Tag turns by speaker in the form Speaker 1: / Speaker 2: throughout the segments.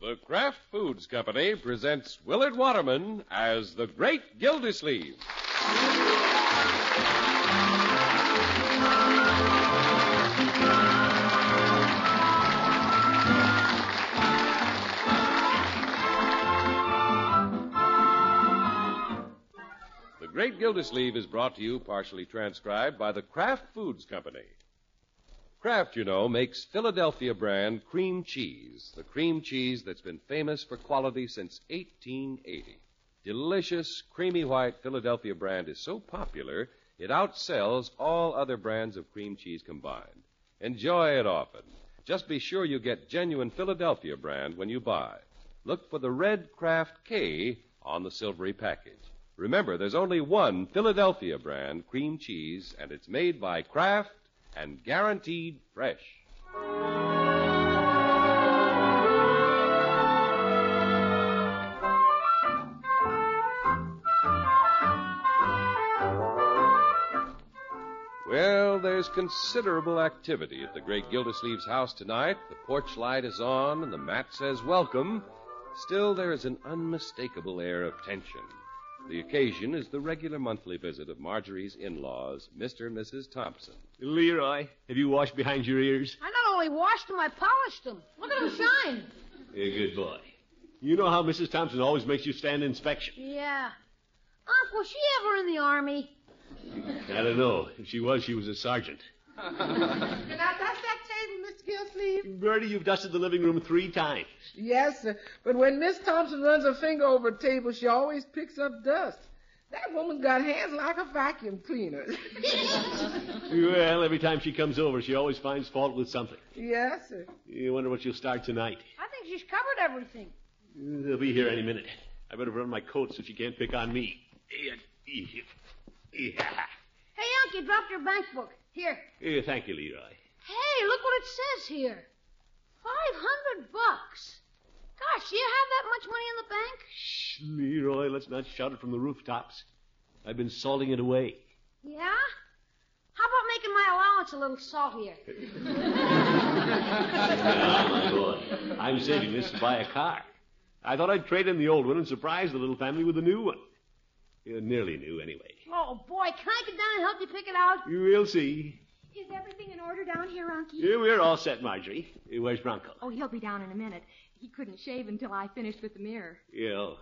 Speaker 1: The Kraft Foods Company presents Willard Waterman as the Great Gildersleeve. The Great Gildersleeve is brought to you, partially transcribed, by the Kraft Foods Company. Kraft, you know, makes Philadelphia brand cream cheese, the cream cheese that's been famous for quality since 1880. Delicious, creamy white Philadelphia brand is so popular, it outsells all other brands of cream cheese combined. Enjoy it often. Just be sure you get genuine Philadelphia brand when you buy. Look for the red Kraft K on the silvery package. Remember, there's only one Philadelphia brand cream cheese, and it's made by Kraft and guaranteed fresh. Well, there's considerable activity at the great Gildersleeve's house tonight. The porch light is on and the mat says welcome. Still, there is an unmistakable air of tension. The occasion is the regular monthly visit of Marjorie's in laws, Mr. and Mrs. Thompson.
Speaker 2: Leroy, have you washed behind your ears?
Speaker 3: I not only washed them, I polished them. Look at them shine.
Speaker 2: A good boy. You know how Mrs. Thompson always makes you stand inspection?
Speaker 3: Yeah. Unc, was she ever in the army?
Speaker 2: I don't know. If she was, she was a sergeant.
Speaker 4: Can I dust that table, Mr. Gilsleeve?
Speaker 2: Bertie, you've dusted the living room three times.
Speaker 4: Yes, sir. But when Miss Thompson runs her finger over a table, she always picks up dust. That woman's got hands like a vacuum cleaner.
Speaker 2: Well, every time she comes over, she always finds fault with something.
Speaker 4: yes, sir.
Speaker 2: You wonder what she'll start tonight.
Speaker 3: I think she's covered everything.
Speaker 2: They'll be here any minute. I better run my coat so she can't pick on me. Yeah.
Speaker 3: Hey, Unc, you dropped your bank book. Here.
Speaker 2: Yeah, Thank you, Leroy.
Speaker 3: Hey, look what it says here. Five hundred bucks. Gosh, you have that much money in the bank?
Speaker 2: Shh, Leroy, let's not shout it from the rooftops. I've been salting it away.
Speaker 3: Yeah? How about making my allowance a little saltier?
Speaker 2: I'm saving this to buy a car. I thought I'd trade in the old one and surprise the little family with a new one. Yeah, nearly new, anyway.
Speaker 3: Oh, boy, can I get down and help you pick it out?
Speaker 2: We'll see.
Speaker 5: Is everything in order down here, Unky?
Speaker 2: Yeah, we're all set, Marjorie. Yeah, Where's Bronco?
Speaker 5: Oh, he'll be down in a minute. He couldn't shave until I finished with the mirror.
Speaker 2: Yeah. oh.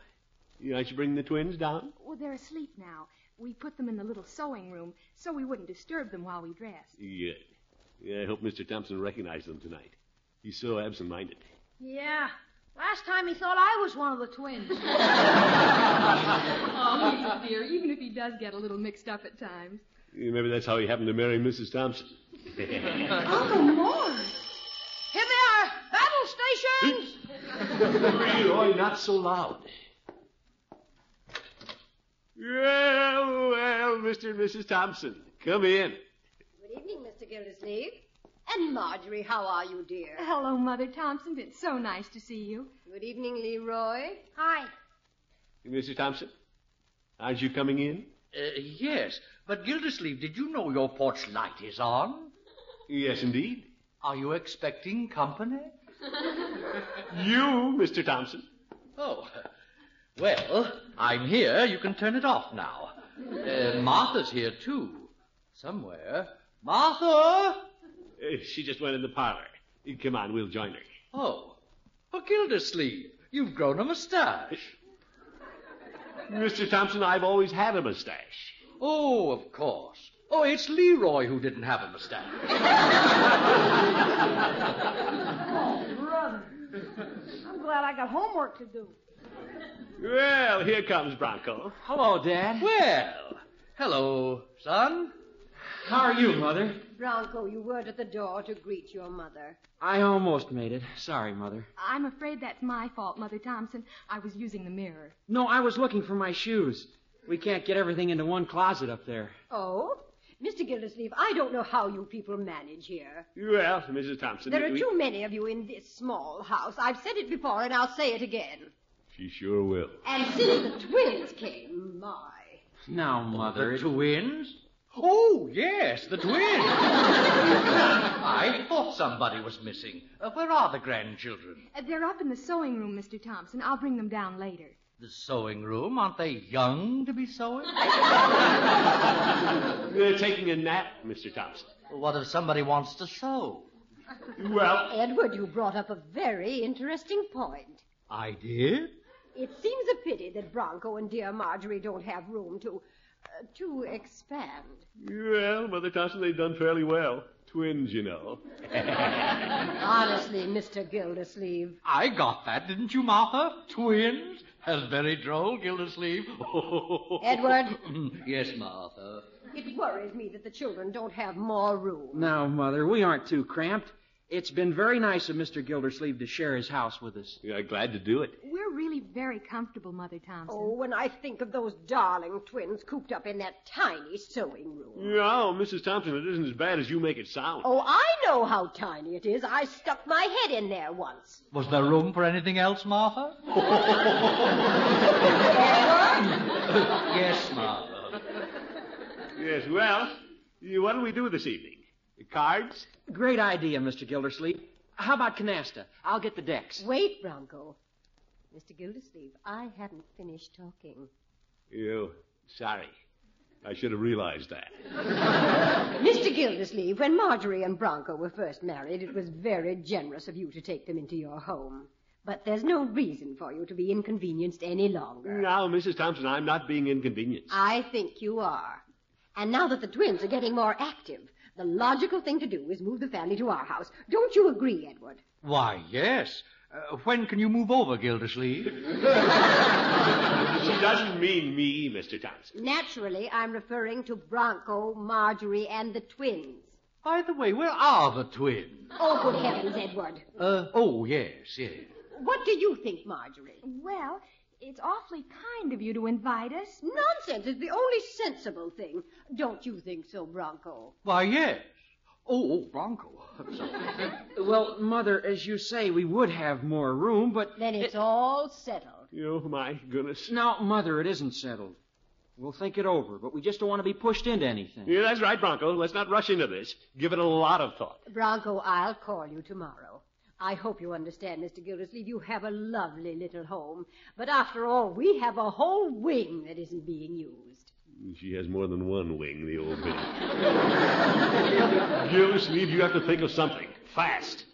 Speaker 2: Yeah, I should bring the twins down.
Speaker 5: Well, they're asleep now. We put them in the little sewing room so we wouldn't disturb them while we dressed.
Speaker 2: Good. Yeah, I hope Mr. Thompson recognized them tonight. He's so absent-minded.
Speaker 3: Yeah. Last time he thought I was one of the twins.
Speaker 5: Oh, he's dear, even if he does get a little mixed up at times.
Speaker 2: Yeah, Maybe that's how he happened to marry Mrs. Thompson.
Speaker 5: Uncle Morris!
Speaker 3: Here they are! Battle stations!
Speaker 2: Leroy, not so loud. Well, well, Mr. and Mrs. Thompson, come in.
Speaker 6: Good evening, Mr. Gildersleeve. And Marjorie, how are you, dear?
Speaker 5: Hello, Mother Thompson. It's so nice to see you.
Speaker 6: Good evening, Leroy.
Speaker 3: Hi.
Speaker 2: Mr. Thompson, aren't you coming in?
Speaker 7: Uh, yes, but Gildersleeve, did you know your porch light is on?
Speaker 2: Yes, indeed.
Speaker 7: Are you expecting company?
Speaker 2: You, Mr. Thompson.
Speaker 7: Oh, well, I'm here. You can turn it off now. Uh, Martha's here, too. Somewhere. Martha!
Speaker 2: Uh, she just went in the parlor. Uh, Come on, we'll join her.
Speaker 7: Oh, oh, Gildersleeve, you've grown a mustache.
Speaker 2: Mr. Thompson, I've always had a mustache.
Speaker 7: Oh, of course. Oh, it's Leroy who didn't have a mustache.
Speaker 3: Brother. I'm glad I got homework to do.
Speaker 2: Well, here comes Bronco.
Speaker 8: Hello, Dad.
Speaker 7: Well, hello, son.
Speaker 8: How are you, Mother?
Speaker 6: Bronco, you weren't at the door to greet your mother.
Speaker 8: I almost made it. Sorry, Mother.
Speaker 5: I'm afraid that's my fault, Mother Thompson. I was using the mirror.
Speaker 8: No, I was looking for my shoes. We can't get everything into one closet up there.
Speaker 6: Oh? Mr. Gildersleeve, I don't know how you people manage here.
Speaker 2: Well, Mrs. Thompson.
Speaker 6: There are
Speaker 2: we-
Speaker 6: too many of you in this small house. I've said it before, and I'll say it again.
Speaker 2: She sure will.
Speaker 6: And since the twins came, my.
Speaker 8: Now, Mother.
Speaker 7: Oh, The
Speaker 8: it-
Speaker 7: twins? Oh, yes, the twins. I thought somebody was missing. Uh, where are the grandchildren?
Speaker 5: Uh, they're up in the sewing room, Mr. Thompson. I'll bring them down later.
Speaker 7: The sewing room? Aren't they young to be sewing?
Speaker 2: They're taking a nap, Mr. Thompson.
Speaker 7: what if somebody wants to sew?
Speaker 2: Well,
Speaker 6: Edward, you brought up a very interesting point.
Speaker 7: I did?
Speaker 6: It seems a pity that Bronco and dear Marjorie don't have room to, uh, to expand.
Speaker 2: well, Mother Thompson, they've done fairly well. Twins, you know.
Speaker 6: Honestly, Mr. Gildersleeve,
Speaker 7: I got that, didn't you, Martha? Twins? That's very droll, Gildersleeve.
Speaker 6: Edward.
Speaker 7: Mm, yes, Martha.
Speaker 6: it worries me that the children don't have more room.
Speaker 8: No, Mother, we aren't too cramped. It's been very nice of Mr. Gildersleeve to share his house with us.
Speaker 2: Yeah, glad to do it.
Speaker 5: We're really very comfortable, Mother Thompson.
Speaker 6: Oh, when I think of those darling twins cooped up in that tiny sewing room.
Speaker 2: No, Mrs. Thompson, it isn't as bad as you make it sound.
Speaker 6: Oh, I know how tiny it is. I stuck my head in there once.
Speaker 7: Was there room for anything else, Martha? yes, Martha.
Speaker 2: Yes, well, you- what do we do this evening? Cards?
Speaker 8: Great idea, Mr. Gildersleeve. How about canasta? I'll get the decks.
Speaker 6: Wait, Bronco. Mr. Gildersleeve, I haven't finished talking.
Speaker 2: You. Sorry. I should have realized that.
Speaker 6: Mr. Gildersleeve, when Marjorie and Bronco were first married, it was very generous of you to take them into your home. But there's no reason for you to be inconvenienced any longer.
Speaker 2: Now, Mrs. Thompson, I'm not being inconvenienced.
Speaker 6: I think you are. And now that the twins are getting more active, the logical thing to do is move the family to our house. Don't you agree, Edward?
Speaker 7: Why, yes. Uh, when can you move over, Gildersleeve?
Speaker 2: She doesn't mean me, Mr. Thompson.
Speaker 6: Naturally, I'm referring to Bronco, Marjorie, and the twins.
Speaker 7: By the way, where are the twins?
Speaker 6: Oh, good heavens, Edward.
Speaker 7: Uh, oh, yes, yes.
Speaker 6: What do you think, Marjorie?
Speaker 5: Well, it's awfully kind of you to invite us.
Speaker 6: Nonsense is the only sensible thing. Don't you think so, Bronco?
Speaker 7: Why, yes. Oh, oh Bronco. I'm sorry.
Speaker 8: Well, Mother, as you say, we would have more room, but.
Speaker 6: Then it's all settled.
Speaker 2: Oh, my goodness.
Speaker 8: No, Mother, it isn't settled. We'll think it over, but we just don't want to be pushed into anything.
Speaker 2: Yeah, that's right, Bronco. Let's not rush into this. Give it a lot of thought.
Speaker 6: Bronco, I'll call you tomorrow. I hope you understand, Mr. Gildersleeve. You have a lovely little home. But after all, we have a whole wing that isn't being used.
Speaker 2: She has more than one wing, the old bitch. Gildersleeve, you have to think of something. Fast.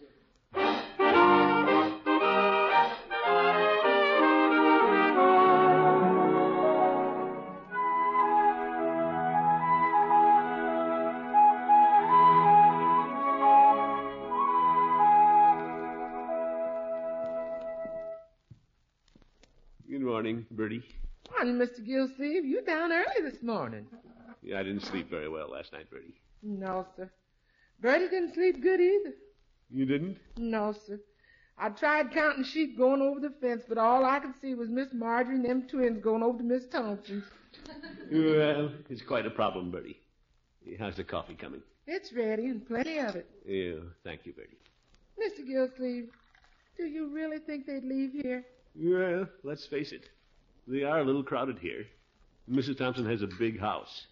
Speaker 2: Good morning, Bertie.
Speaker 4: Morning, Mr. Gildersleeve. You down early this morning.
Speaker 2: Yeah, I didn't sleep very well last night, Bertie.
Speaker 4: No, sir. Bertie didn't sleep good either.
Speaker 2: You didn't?
Speaker 4: No, sir. I tried counting sheep going over the fence, but all I could see was Miss Marjorie and them twins going over to Miss Thompson's.
Speaker 2: Well, it's quite a problem, Bertie. How's the coffee coming?
Speaker 4: It's ready and plenty of it.
Speaker 2: Yeah, thank you, Bertie.
Speaker 4: Mr. Gildersleeve, do you really think they'd leave here?
Speaker 2: Well, let's face it. They are a little crowded here. Mrs. Thompson has a big house.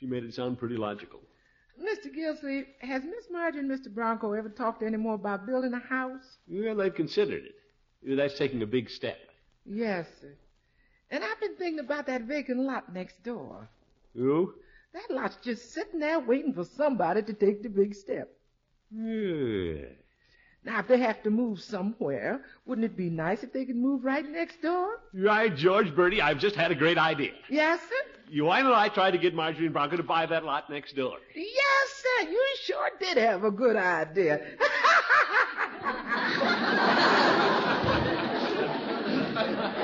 Speaker 2: She made it sound pretty logical.
Speaker 4: Mr. Gildersleeve, has Miss Marjorie and Mr. Bronco ever talked any more about building a house?
Speaker 2: Well, they've considered it. That's taking a big step.
Speaker 4: Yes, sir. And I've been thinking about that vacant lot next door.
Speaker 2: Oh?
Speaker 4: That lot's just sitting there waiting for somebody to take the big step.
Speaker 2: Yeah.
Speaker 4: Now, if they have to move somewhere, wouldn't it be nice if they could move right next door?
Speaker 2: Right, George, Bertie, I've just had a great idea.
Speaker 4: Yes, sir.
Speaker 2: You why don't I try to get Marjorie and Bronco to buy that lot next door?
Speaker 4: Yes, sir. You sure did have a good idea.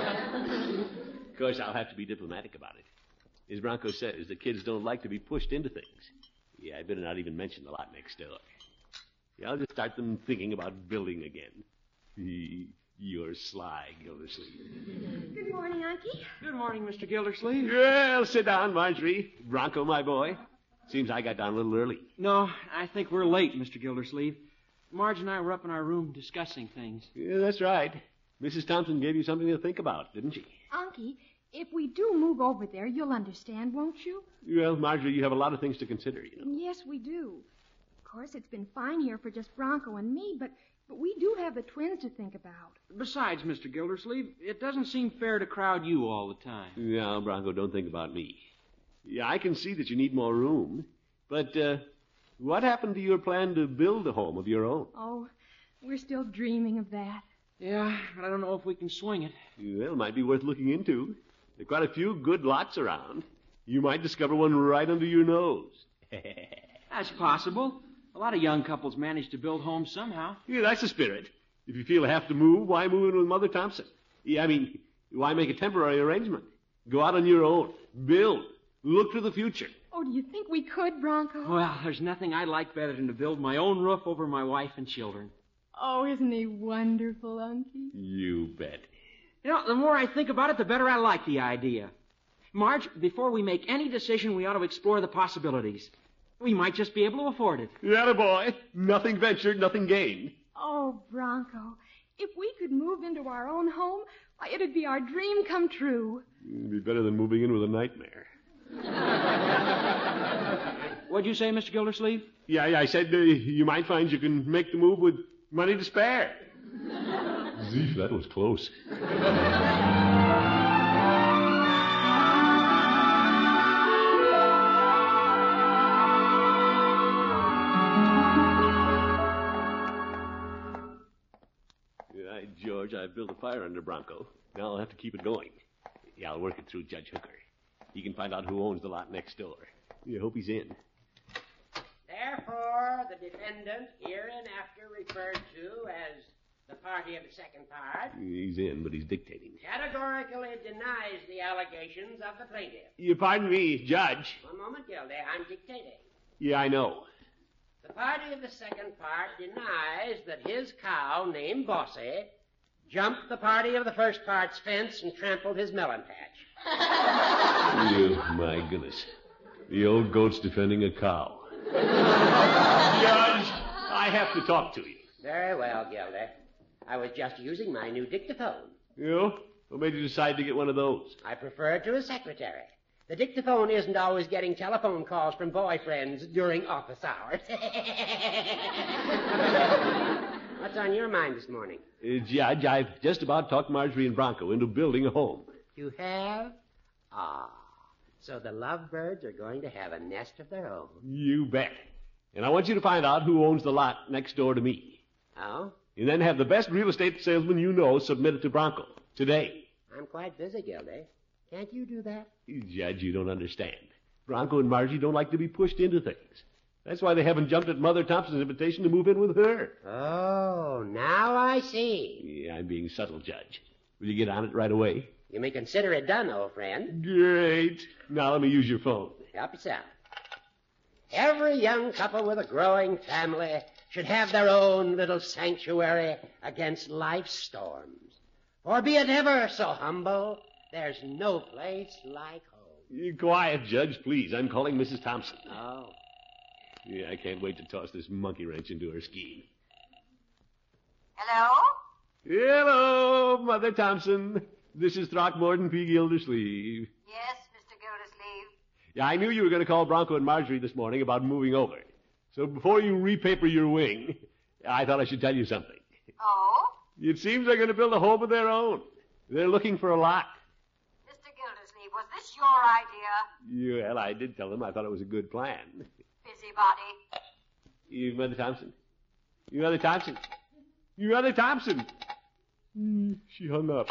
Speaker 2: Of course, I'll have to be diplomatic about it. As Bronco says, the kids don't like to be pushed into things. Yeah, I better not even mention the lot next door. Yeah, I'll just start them thinking about building again. You're sly, Gildersleeve.
Speaker 5: Good morning, Unky.
Speaker 8: Good morning, Mr. Gildersleeve.
Speaker 2: Well, sit down, Marjorie. Bronco, my boy. Seems I got down a little early.
Speaker 8: No, I think we're late, Mr. Gildersleeve. Marge and I were up in our room discussing things.
Speaker 2: Yeah, that's right. Mrs. Thompson gave you something to think about, didn't she?
Speaker 5: Unky, If we do move over there, you'll understand, won't you?
Speaker 2: Well, Marjorie, you have a lot of things to consider, you know.
Speaker 5: Yes, we do. Of course, it's been fine here for just Bronco and me, but, but we do have the twins to think about.
Speaker 8: Besides, Mr. Gildersleeve, it doesn't seem fair to crowd you all the time.
Speaker 2: No, Bronco, don't think about me. Yeah, I can see that you need more room. But uh, what happened to your plan to build a home of your own?
Speaker 5: Oh, we're still dreaming of that.
Speaker 8: Yeah, but I don't know if we can swing it.
Speaker 2: Well, might be worth looking into. There are quite a few good lots around. You might discover one right under your nose.
Speaker 8: That's possible. A lot of young couples manage to build homes somehow.
Speaker 2: Yeah, that's the spirit. If you feel you have to move, why move in with Mother Thompson? Yeah, I mean, why make a temporary arrangement? Go out on your own. Build. Look to the future.
Speaker 5: Oh, do you think we could, Bronco?
Speaker 8: Well, there's nothing I like better than to build my own roof over my wife and children.
Speaker 5: Oh, isn't he wonderful, Unky?
Speaker 2: You bet.
Speaker 8: You know, the more I think about it, the better I like the idea. Marge, before we make any decision, we ought to explore the possibilities. We might just be able to afford it.
Speaker 2: That a boy. Nothing ventured, nothing gained.
Speaker 5: Oh, Bronco, if we could move into our own home, why, it'd be our dream come true.
Speaker 2: It'd be better than moving in with a nightmare.
Speaker 8: What'd you say, Mr. Gildersleeve?
Speaker 2: Yeah, yeah I said uh, you might find you can make the move with money to spare. Zeef, that was close. Yeah, George, I've built a fire under Bronco. Now I'll have to keep it going. Yeah, I'll work it through Judge Hooker. He can find out who owns the lot next door. Yeah, hope he's in.
Speaker 9: Therefore, the defendant, hereinafter referred to as the party of the second part,
Speaker 2: He's in, but he's dictating.
Speaker 9: categorically denies the allegations of the plaintiff.
Speaker 2: You pardon me, Judge.
Speaker 9: One moment, Gildy, I'm dictating.
Speaker 2: Yeah, I know.
Speaker 9: The party of the second part denies that his cow, named Bossy, jumped the party of the first part's fence and trampled his melon patch.
Speaker 2: You, my goodness. The old goat's defending a cow. Judge, I have to talk to you.
Speaker 9: Very well, Gildy. I was just using my new dictaphone.
Speaker 2: You? What made you decide to get one of those?
Speaker 9: I prefer it to a secretary. The dictaphone isn't always getting telephone calls from boyfriends during office hours. What's on your mind this morning?
Speaker 2: Uh, Judge, I've just about talked Marjorie and Bronco into building a home.
Speaker 9: You have? Ah. So the lovebirds are going to have a nest of their own.
Speaker 2: You bet. And I want you to find out who owns the lot next door to me.
Speaker 9: Oh?
Speaker 2: And then have the best real estate salesman you know submit it to Bronco. Today.
Speaker 9: I'm quite busy, Gildy. Can't you do that?
Speaker 2: Judge, you don't understand. Bronco and Margie don't like to be pushed into things. That's why they haven't jumped at Mother Thompson's invitation to move in with her.
Speaker 9: Oh, now I see.
Speaker 2: Yeah, I'm being subtle, Judge. Will you get on it right away?
Speaker 9: You may consider it done, old friend.
Speaker 2: Great. Now let me use your phone.
Speaker 9: Help yourself. Every young couple with a growing family should have their own little sanctuary against life's storms. For be it ever so humble, there's no place like home.
Speaker 2: You Quiet, Judge, please. I'm calling Mrs. Thompson.
Speaker 9: Oh,
Speaker 2: Yeah, I can't wait to toss this monkey wrench into her scheme.
Speaker 6: Hello?
Speaker 2: Hello, Mother Thompson. This is Throckmorton P. Gildersleeve.
Speaker 6: Yes, Mr. Gildersleeve.
Speaker 2: Yeah, I knew you were going to call Bronco and Marjorie this morning about moving over. So before you repaper your wing, I thought I should tell you something.
Speaker 6: Oh?
Speaker 2: It seems they're going to build a home of their own. They're looking for a lot.
Speaker 6: Mr. Gildersleeve, was this your idea?
Speaker 2: Well, I did tell them I thought it was a good plan.
Speaker 6: Busybody.
Speaker 2: You, Mother Thompson. You, Mother Thompson. You, Mother Thompson. Mm, She hung up.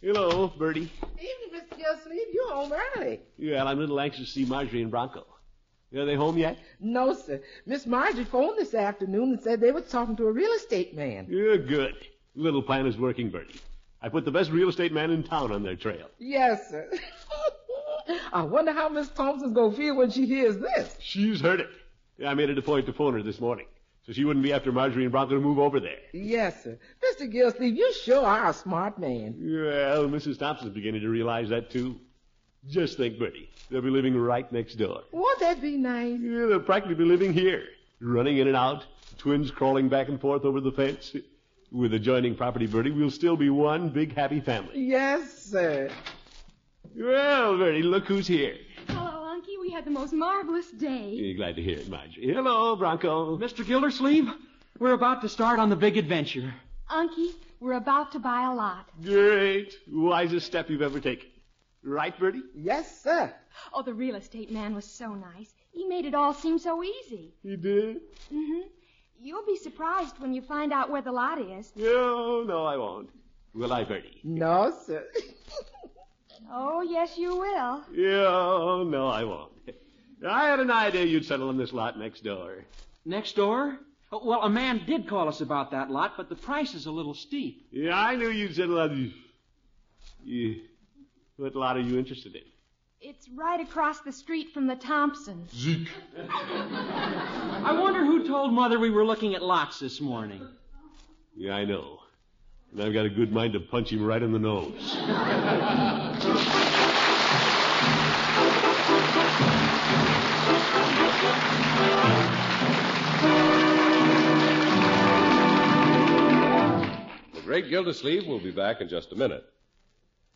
Speaker 2: Hello, Bertie.
Speaker 4: Evening, Mr. Gildersleeve. You home early.
Speaker 2: Yeah, I'm a little anxious to see Marjorie and Bronco. Are they home yet?
Speaker 4: No, sir. Miss Margie phoned this afternoon and said they were talking to a real estate man.
Speaker 2: Yeah, good. Little plan is working, Bertie. I put the best real estate man in town on their trail.
Speaker 4: Yes, sir. I wonder how Miss Thompson's gonna feel when she hears this.
Speaker 2: She's heard it. I made it a point to phone her this morning. So she wouldn't be after Marjorie and Bronco to move over there.
Speaker 4: Yes, sir. Mr. Gillsleeve, you sure are a smart man.
Speaker 2: Well, Mrs. Thompson's beginning to realize that, too. Just think, Bertie. They'll be living right next door.
Speaker 4: Won't that be nice?
Speaker 2: Yeah, they'll practically be living here, running in and out, twins crawling back and forth over the fence. With adjoining property, Bertie, we'll still be one big happy family.
Speaker 4: Yes, sir.
Speaker 2: Well, Bertie, look who's here.
Speaker 5: Hello, Unky. We had the most marvelous day.
Speaker 2: You're glad to hear it, Marjorie. Hello, Bronco.
Speaker 8: Mr. Gildersleeve, we're about to start on the big adventure.
Speaker 5: Unky, we're about to buy a lot.
Speaker 2: Great. Wisest step you've ever taken. Right, Bertie?
Speaker 4: Yes, sir.
Speaker 5: Oh, the real estate man was so nice. He made it all seem so easy.
Speaker 2: You did?
Speaker 5: Mm-hmm. You'll be surprised when you find out where the lot is.
Speaker 2: No, no, I won't. Will I, Bertie?
Speaker 4: No, sir.
Speaker 5: Oh, yes, you will.
Speaker 2: Yeah, no, I won't. I had an idea you'd settle on this lot next door.
Speaker 8: Next door? Oh, Well, a man did call us about that lot, but the price is a little steep.
Speaker 2: Yeah, I knew you'd settle on. You, what lot are you interested in?
Speaker 5: It's right across the street from the Thompsons.
Speaker 2: Zeke.
Speaker 8: I wonder who told Mother we were looking at lots this morning.
Speaker 2: Yeah, I know. And I've got a good mind to punch him right in the nose.
Speaker 1: The Great Gildersleeve will be back in just a minute.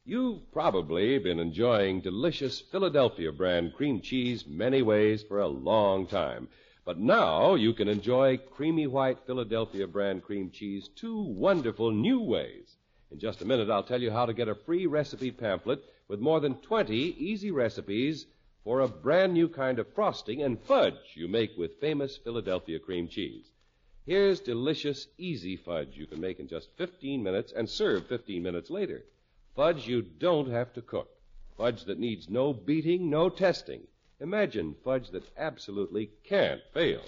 Speaker 1: You've probably been enjoying delicious Philadelphia brand cream cheese many ways for a long time. But now you can enjoy creamy white Philadelphia brand cream cheese two wonderful new ways. In just a minute, I'll tell you how to get a free recipe pamphlet with more than 20 easy recipes for a brand new kind of frosting and fudge you make with famous Philadelphia cream cheese. Here's delicious, easy fudge you can make in just 15 minutes and serve 15 minutes later. Fudge you don't have to cook. Fudge that needs no beating, no testing. Imagine fudge that absolutely can't fail.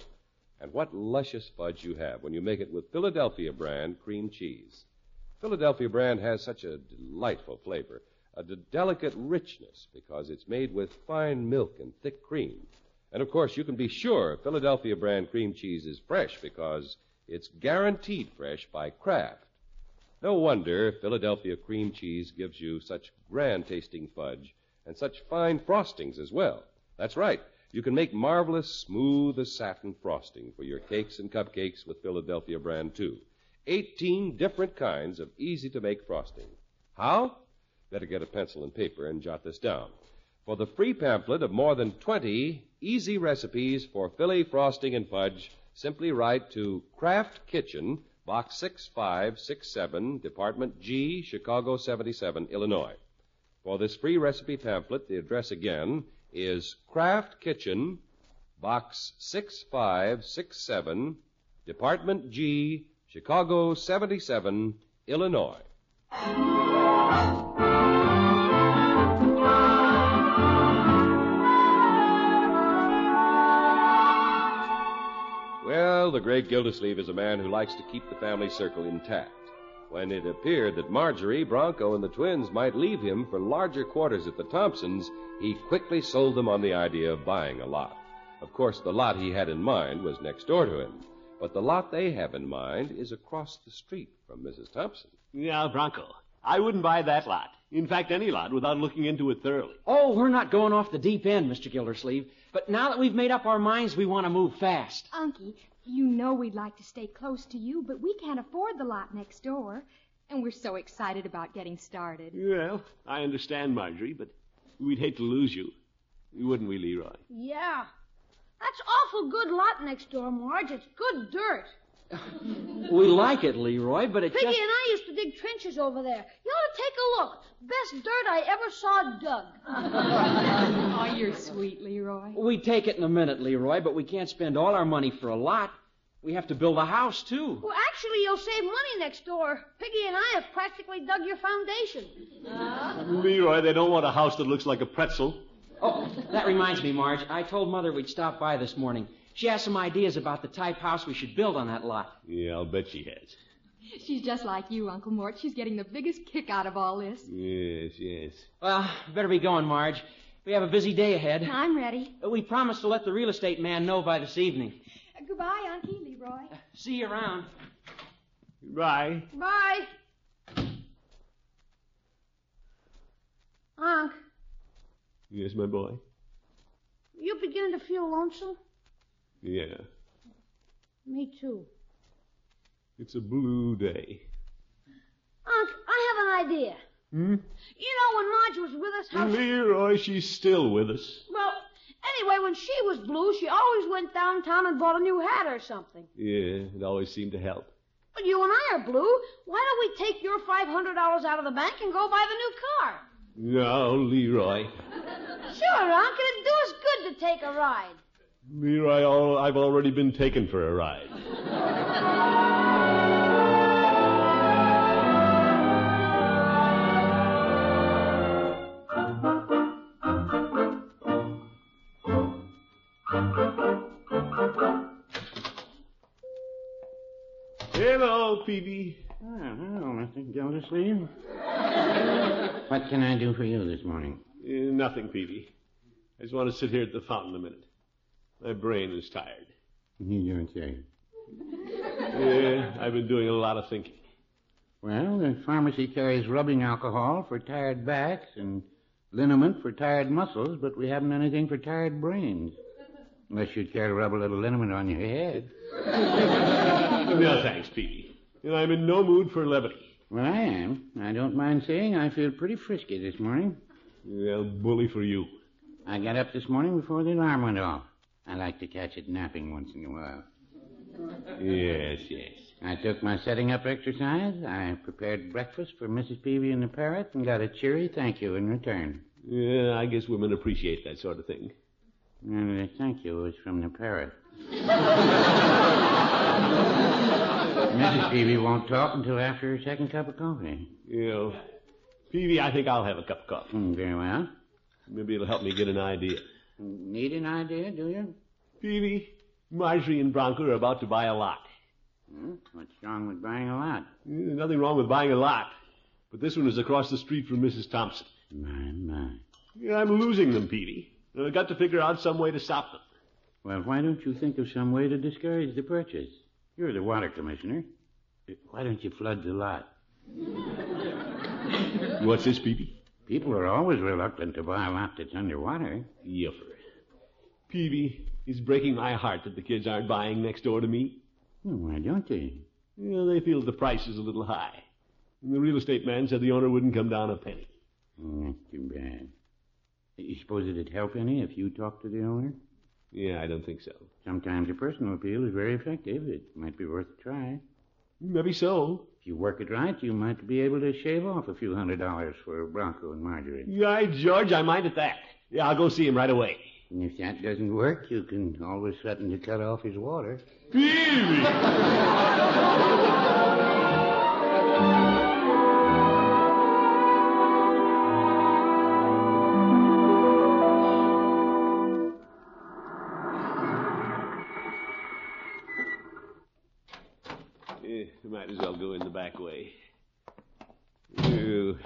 Speaker 1: And what luscious fudge you have when you make it with Philadelphia brand cream cheese. Philadelphia brand has such a delightful flavor, a d- delicate richness, because it's made with fine milk and thick cream. And of course, you can be sure Philadelphia brand cream cheese is fresh because it's guaranteed fresh by Kraft. No wonder Philadelphia cream cheese gives you such grand tasting fudge and such fine frostings as well. That's right. You can make marvelous, smooth as satin frosting for your cakes and cupcakes with Philadelphia brand, too. 18 different kinds of easy to make frosting. How? Better get a pencil and paper and jot this down. For the free pamphlet of more than 20 easy recipes for Philly frosting and fudge, simply write to Kraft Kitchen, Box 6567, Department G, Chicago 77, Illinois. For this free recipe pamphlet, the address again is Kraft Kitchen, Box 6567, Department G, Chicago 77, Illinois. Well, the great Gildersleeve is a man who likes to keep the family circle intact. When it appeared that Marjorie, Bronco, and the twins might leave him for larger quarters at the Thompsons, he quickly sold them on the idea of buying a lot. Of course, the lot he had in mind was next door to him, but the lot they have in mind is across the street from Mrs. Thompson.
Speaker 2: Now, Bronco, I wouldn't buy that lot. In fact, any lot without looking into it thoroughly.
Speaker 8: Oh, we're not going off the deep end, Mr. Gildersleeve. But now that we've made up our minds, we want to move fast.
Speaker 5: Unky, you know we'd like to stay close to you, but we can't afford the lot next door. And we're so excited about getting started.
Speaker 2: Well, I understand, Marjorie, but we'd hate to lose you. Wouldn't we, Leroy?
Speaker 3: Yeah. That's awful good lot next door, Marge. It's good dirt.
Speaker 8: We like it, Leroy, but it
Speaker 3: Piggy
Speaker 8: just.
Speaker 3: and I used to dig trenches over there. You ought to take a look. Best dirt I ever saw dug.
Speaker 5: Oh, you're sweet, Leroy.
Speaker 8: We take it in a minute, Leroy, but we can't spend all our money for a lot. We have to build a house, too.
Speaker 3: Well, actually, you'll save money next door. Piggy and I have practically dug your foundation.
Speaker 2: Leroy, they don't want a house that looks like a pretzel.
Speaker 8: Oh, that reminds me, Marge. I told Mother we'd stop by this morning. She has some ideas about the type house we should build on that lot.
Speaker 2: Yeah, I'll bet she has.
Speaker 5: She's just like you, Uncle Mort. She's getting the biggest kick out of all this.
Speaker 2: Yes, yes.
Speaker 8: Well, better be going, Marge. We have a busy day ahead.
Speaker 5: I'm ready.
Speaker 8: We promised to let the real estate man know by this evening.
Speaker 5: Goodbye, Unky Leroy.
Speaker 8: See you around.
Speaker 2: Bye.
Speaker 3: Bye. Unc,
Speaker 2: Yes, my boy.
Speaker 3: you beginning to feel lonesome?
Speaker 2: Yeah.
Speaker 3: Me too.
Speaker 2: It's a blue day.
Speaker 3: Unc, I have an idea.
Speaker 2: Hmm?
Speaker 3: You know when Marge was with us, how she-
Speaker 2: Leroy, she's still with us.
Speaker 3: Well, anyway, when she was blue, she always went downtown and bought a new hat or something.
Speaker 2: Yeah, it always seemed to help.
Speaker 3: But you and I are blue. Why don't we take your $500 out of the bank and go buy the new car?
Speaker 2: No, Leroy.
Speaker 3: Sure, Unc, it'd do us good to take a ride.
Speaker 2: Leroy, all, I've already been taken for a ride. Hello, Peavy.
Speaker 10: Oh, hello, Mr. Gildersleeve. what can I do for you this morning?
Speaker 2: Eh, nothing, Peavy. I just want to sit here at the fountain a minute. My brain is tired.
Speaker 10: You don't say.
Speaker 2: Yeah, Eh, I've been doing a lot of thinking.
Speaker 10: Well, the pharmacy carries rubbing alcohol for tired backs and liniment for tired muscles, but we haven't anything for tired brains. Unless you'd care to rub a little liniment on your head.
Speaker 2: No thanks, Peavy. And I'm in no mood for levity.
Speaker 10: Well, I am. I don't mind saying I feel pretty frisky this morning.
Speaker 2: Well, bully for you.
Speaker 10: I got up this morning before the alarm went off. I like to catch it napping once in a while.
Speaker 2: Yes, yes.
Speaker 10: I took my setting up exercise. I prepared breakfast for Mrs. Peavy and the parrot and got a cheery thank you in return.
Speaker 2: Yeah, I guess women appreciate that sort of thing.
Speaker 10: And the thank you was from the parrot. Mrs. Peavy won't talk until after her second cup of coffee.
Speaker 2: You know, Peavy, I think I'll have a cup of coffee.
Speaker 10: Hmm, very well.
Speaker 2: Maybe it'll help me get an idea.
Speaker 10: Need an idea, do you?
Speaker 2: Peavy, Marjorie and Bronco are about to buy a lot.
Speaker 10: Hmm? What's wrong with buying a lot?
Speaker 2: Yeah, Eh, Nothing wrong with buying a lot, but this one is across the street from Mrs. Thompson.
Speaker 10: My, my.
Speaker 2: Yeah, I'm losing them, Peavy. And I've got to figure out some way to stop them.
Speaker 10: Well, why don't you think of some way to discourage the purchase? You're the water commissioner. Why don't you flood the lot?
Speaker 2: What's this, Peavy?
Speaker 10: People are always reluctant to buy a lot that's underwater.
Speaker 2: Yuffer. Peavy, it's breaking my heart that the kids aren't buying next door to me.
Speaker 10: Hmm, Why don't they?
Speaker 2: You know, they feel the price is a little high. And the real estate man said the owner wouldn't come down a penny.
Speaker 10: Hmm, That's too bad. You suppose it'd help any if you talked to the owner?
Speaker 2: Yeah, I don't think so.
Speaker 10: Sometimes a personal appeal is very effective. It might be worth a try.
Speaker 2: Maybe so.
Speaker 10: If you work it right, you might be able to shave off a few hundred dollars for Bronco and Marjorie.
Speaker 2: Yeah, George, I mind at that. Yeah, I'll go see him right away.
Speaker 10: And if that doesn't work, you can always threaten to cut off his water.
Speaker 2: Peavy! Eh, might as well go in the back way. Ew.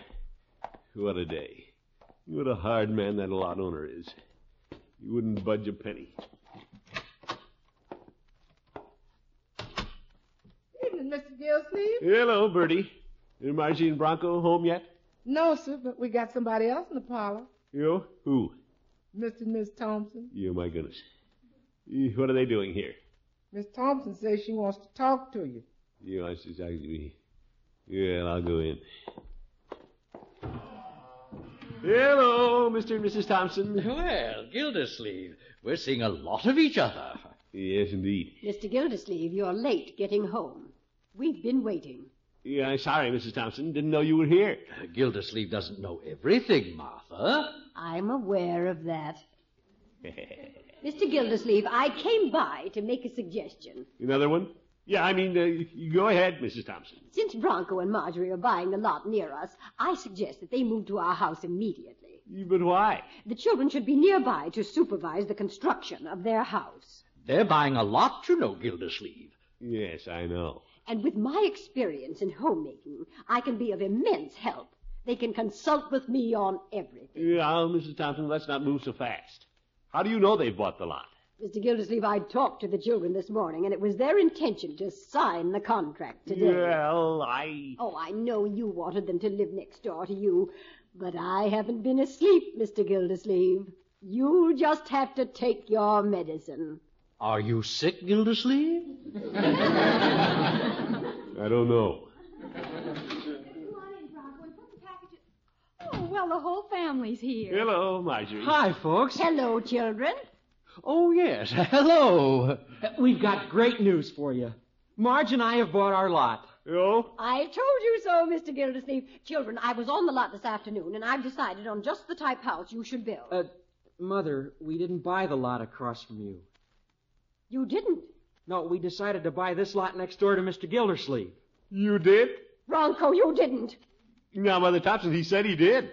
Speaker 2: What a day. What a hard man that lot owner is. He wouldn't budge a penny.
Speaker 4: Evening, Mr. Gildersleeve.
Speaker 2: Hello, Bertie. Is Margie and Bronco home yet?
Speaker 4: No, sir, but we got somebody else in the parlor.
Speaker 2: You? Who?
Speaker 4: Mr. and Miss Thompson.
Speaker 2: You, my goodness. Eh, What are they doing here?
Speaker 4: Miss Thompson says she wants to talk to you.
Speaker 2: You, I should talk to me. Yeah, I'll go in. Hello, Mr. and Mrs. Thompson.
Speaker 7: Well, Gildersleeve, we're seeing a lot of each other.
Speaker 2: Yes, indeed.
Speaker 6: Mr. Gildersleeve, you're late getting home. We've been waiting.
Speaker 2: Yeah, sorry, Mrs. Thompson. Didn't know you were here.
Speaker 7: Uh, Gildersleeve doesn't know everything, Martha.
Speaker 6: I'm aware of that. Mr. Gildersleeve, I came by to make a suggestion.
Speaker 2: Another one? Yeah, I mean, uh, you go ahead, Mrs. Thompson.
Speaker 6: Since Bronco and Marjorie are buying the lot near us, I suggest that they move to our house immediately.
Speaker 2: But why?
Speaker 6: The children should be nearby to supervise the construction of their house.
Speaker 7: They're buying a lot, you know, Gildersleeve.
Speaker 2: Yes, I know.
Speaker 6: And with my experience in homemaking, I can be of immense help. They can consult with me on everything.
Speaker 2: Yeah, Mrs. Thompson, let's not move so fast. How do you know they've bought the lot?
Speaker 6: Mr. Gildersleeve, I talked to the children this morning, and it was their intention to sign the contract today.
Speaker 11: Well, I.
Speaker 6: Oh, I know you wanted them to live next door to you, but I haven't been asleep, Mr. Gildersleeve. You just have to take your medicine.
Speaker 7: Are you sick, Gildersleeve?
Speaker 2: I don't know.
Speaker 5: Oh, well, the whole family's here.
Speaker 2: Hello, Marjorie.
Speaker 8: Hi, folks.
Speaker 6: Hello, children.
Speaker 8: Oh, yes. Hello. We've got great news for you. Marge and I have bought our lot.
Speaker 2: Oh?
Speaker 6: I told you so, Mr. Gildersleeve. Children, I was on the lot this afternoon, and I've decided on just the type house you should build.
Speaker 8: Uh, Mother, we didn't buy the lot across from you.
Speaker 6: You didn't?
Speaker 8: No, we decided to buy this lot next door to Mr. Gildersleeve.
Speaker 2: You did?
Speaker 6: Bronco, you didn't.
Speaker 2: Now, Mother Thompson, he said he did.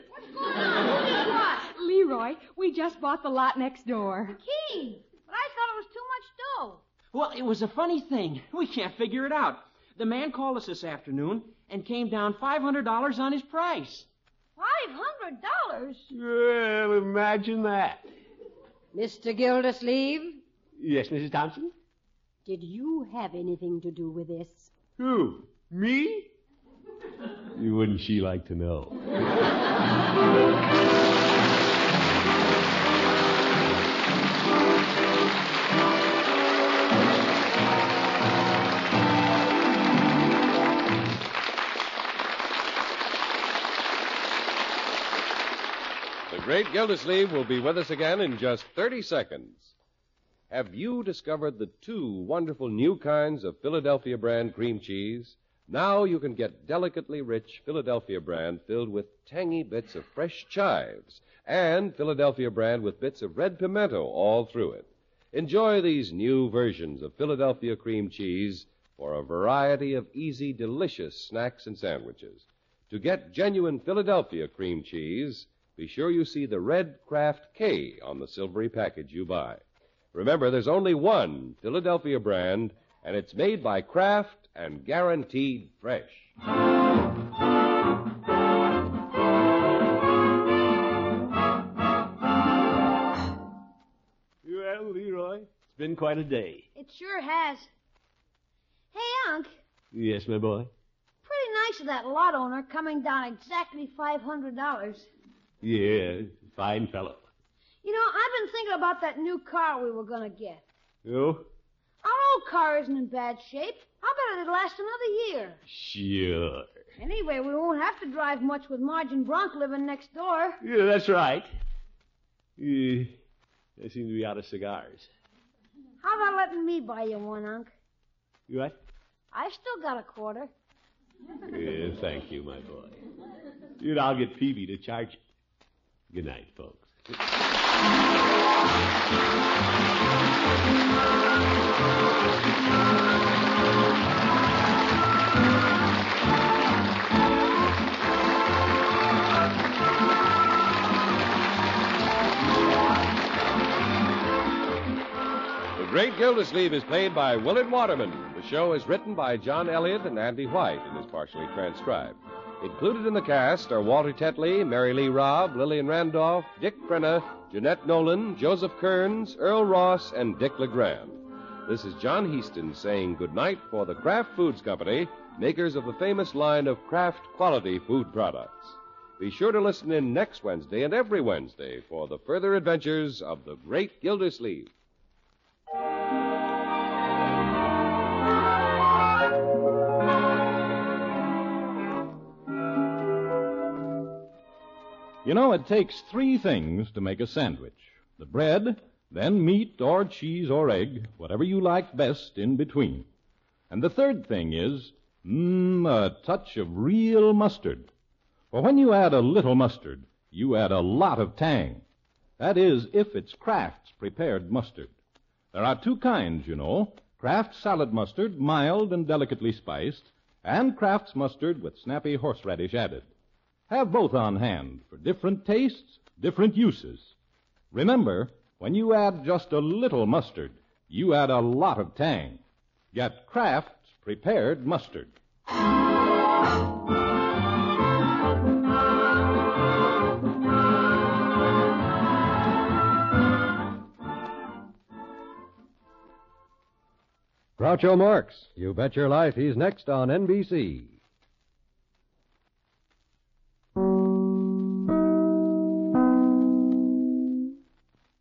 Speaker 5: Leroy, we just bought the lot next door.
Speaker 3: King, but I thought it was too much dough.
Speaker 8: Well, it was a funny thing. We can't figure it out. The man called us this afternoon and came down $500 on his price.
Speaker 3: Five hundred dollars?
Speaker 2: Well, imagine that.
Speaker 6: Mr. Gildersleeve,
Speaker 2: Yes, Mrs. Thompson?
Speaker 6: did you have anything to do with this?
Speaker 2: Who? Me? Wouldn't she like to know?
Speaker 1: The great Gildersleeve will be with us again in just 30 seconds. Have you discovered the two wonderful new kinds of Philadelphia brand cream cheese? Now you can get delicately rich Philadelphia brand filled with tangy bits of fresh chives and Philadelphia brand with bits of red pimento all through it. Enjoy these new versions of Philadelphia cream cheese for a variety of easy, delicious snacks and sandwiches. To get genuine Philadelphia cream cheese, be sure you see the red Kraft K on the silvery package you buy. Remember, there's only one Philadelphia brand, and it's made by Kraft and guaranteed fresh.
Speaker 2: Well, Leroy, it's been quite a day.
Speaker 3: It sure has. Hey, Unc,
Speaker 2: Yes, my boy.
Speaker 3: pretty nice of that lot owner coming down exactly five hundred dollars.
Speaker 2: Yeah, fine fellow.
Speaker 3: You know, I've been thinking about that new car we were gonna get.
Speaker 2: Oh,
Speaker 3: Our old car isn't in bad shape. I'll bet it'll last another year.
Speaker 2: sure.
Speaker 3: Anyway, we won't have to drive much with Marge and Bronk living next door.
Speaker 2: Yeah, that's right. Yeah, they seem to be out of cigars.
Speaker 3: How about letting me buy you one, Unc?
Speaker 2: You what?
Speaker 3: I've still got a quarter.
Speaker 2: Yeah, thank you, my boy. Dude, I'll get Peavy to charge it. Good night, folks.
Speaker 1: The Great Gildersleeve is played by Willard Waterman. The show is written by John Elliott and Andy White and is partially transcribed. Included in the cast are Walter Tetley, Mary Lee Robb, Lillian Randolph, Dick Brenna, Jeanette Nolan, Joseph Kearns, Earl Ross, and Dick LeGrand. This is John Heaston saying goodnight for the Kraft Foods Company, makers of the famous line of Kraft quality food products. Be sure to listen in next Wednesday and every Wednesday for the further adventures of the Great Gildersleeve.
Speaker 12: You know, it takes three things to make a sandwich the bread, then meat or cheese or egg, whatever you like best in between. And the third thing is, mmm, a touch of real mustard. For when you add a little mustard, you add a lot of tang. That is, if it's Kraft's prepared mustard. There are two kinds, you know Kraft salad mustard, mild and delicately spiced, and Kraft's mustard with snappy horseradish added. Have both on hand for different tastes, different uses. Remember, when you add just a little mustard, you add a lot of tang. Get Kraft's prepared mustard. Groucho Marx, you bet your life he's next on NBC.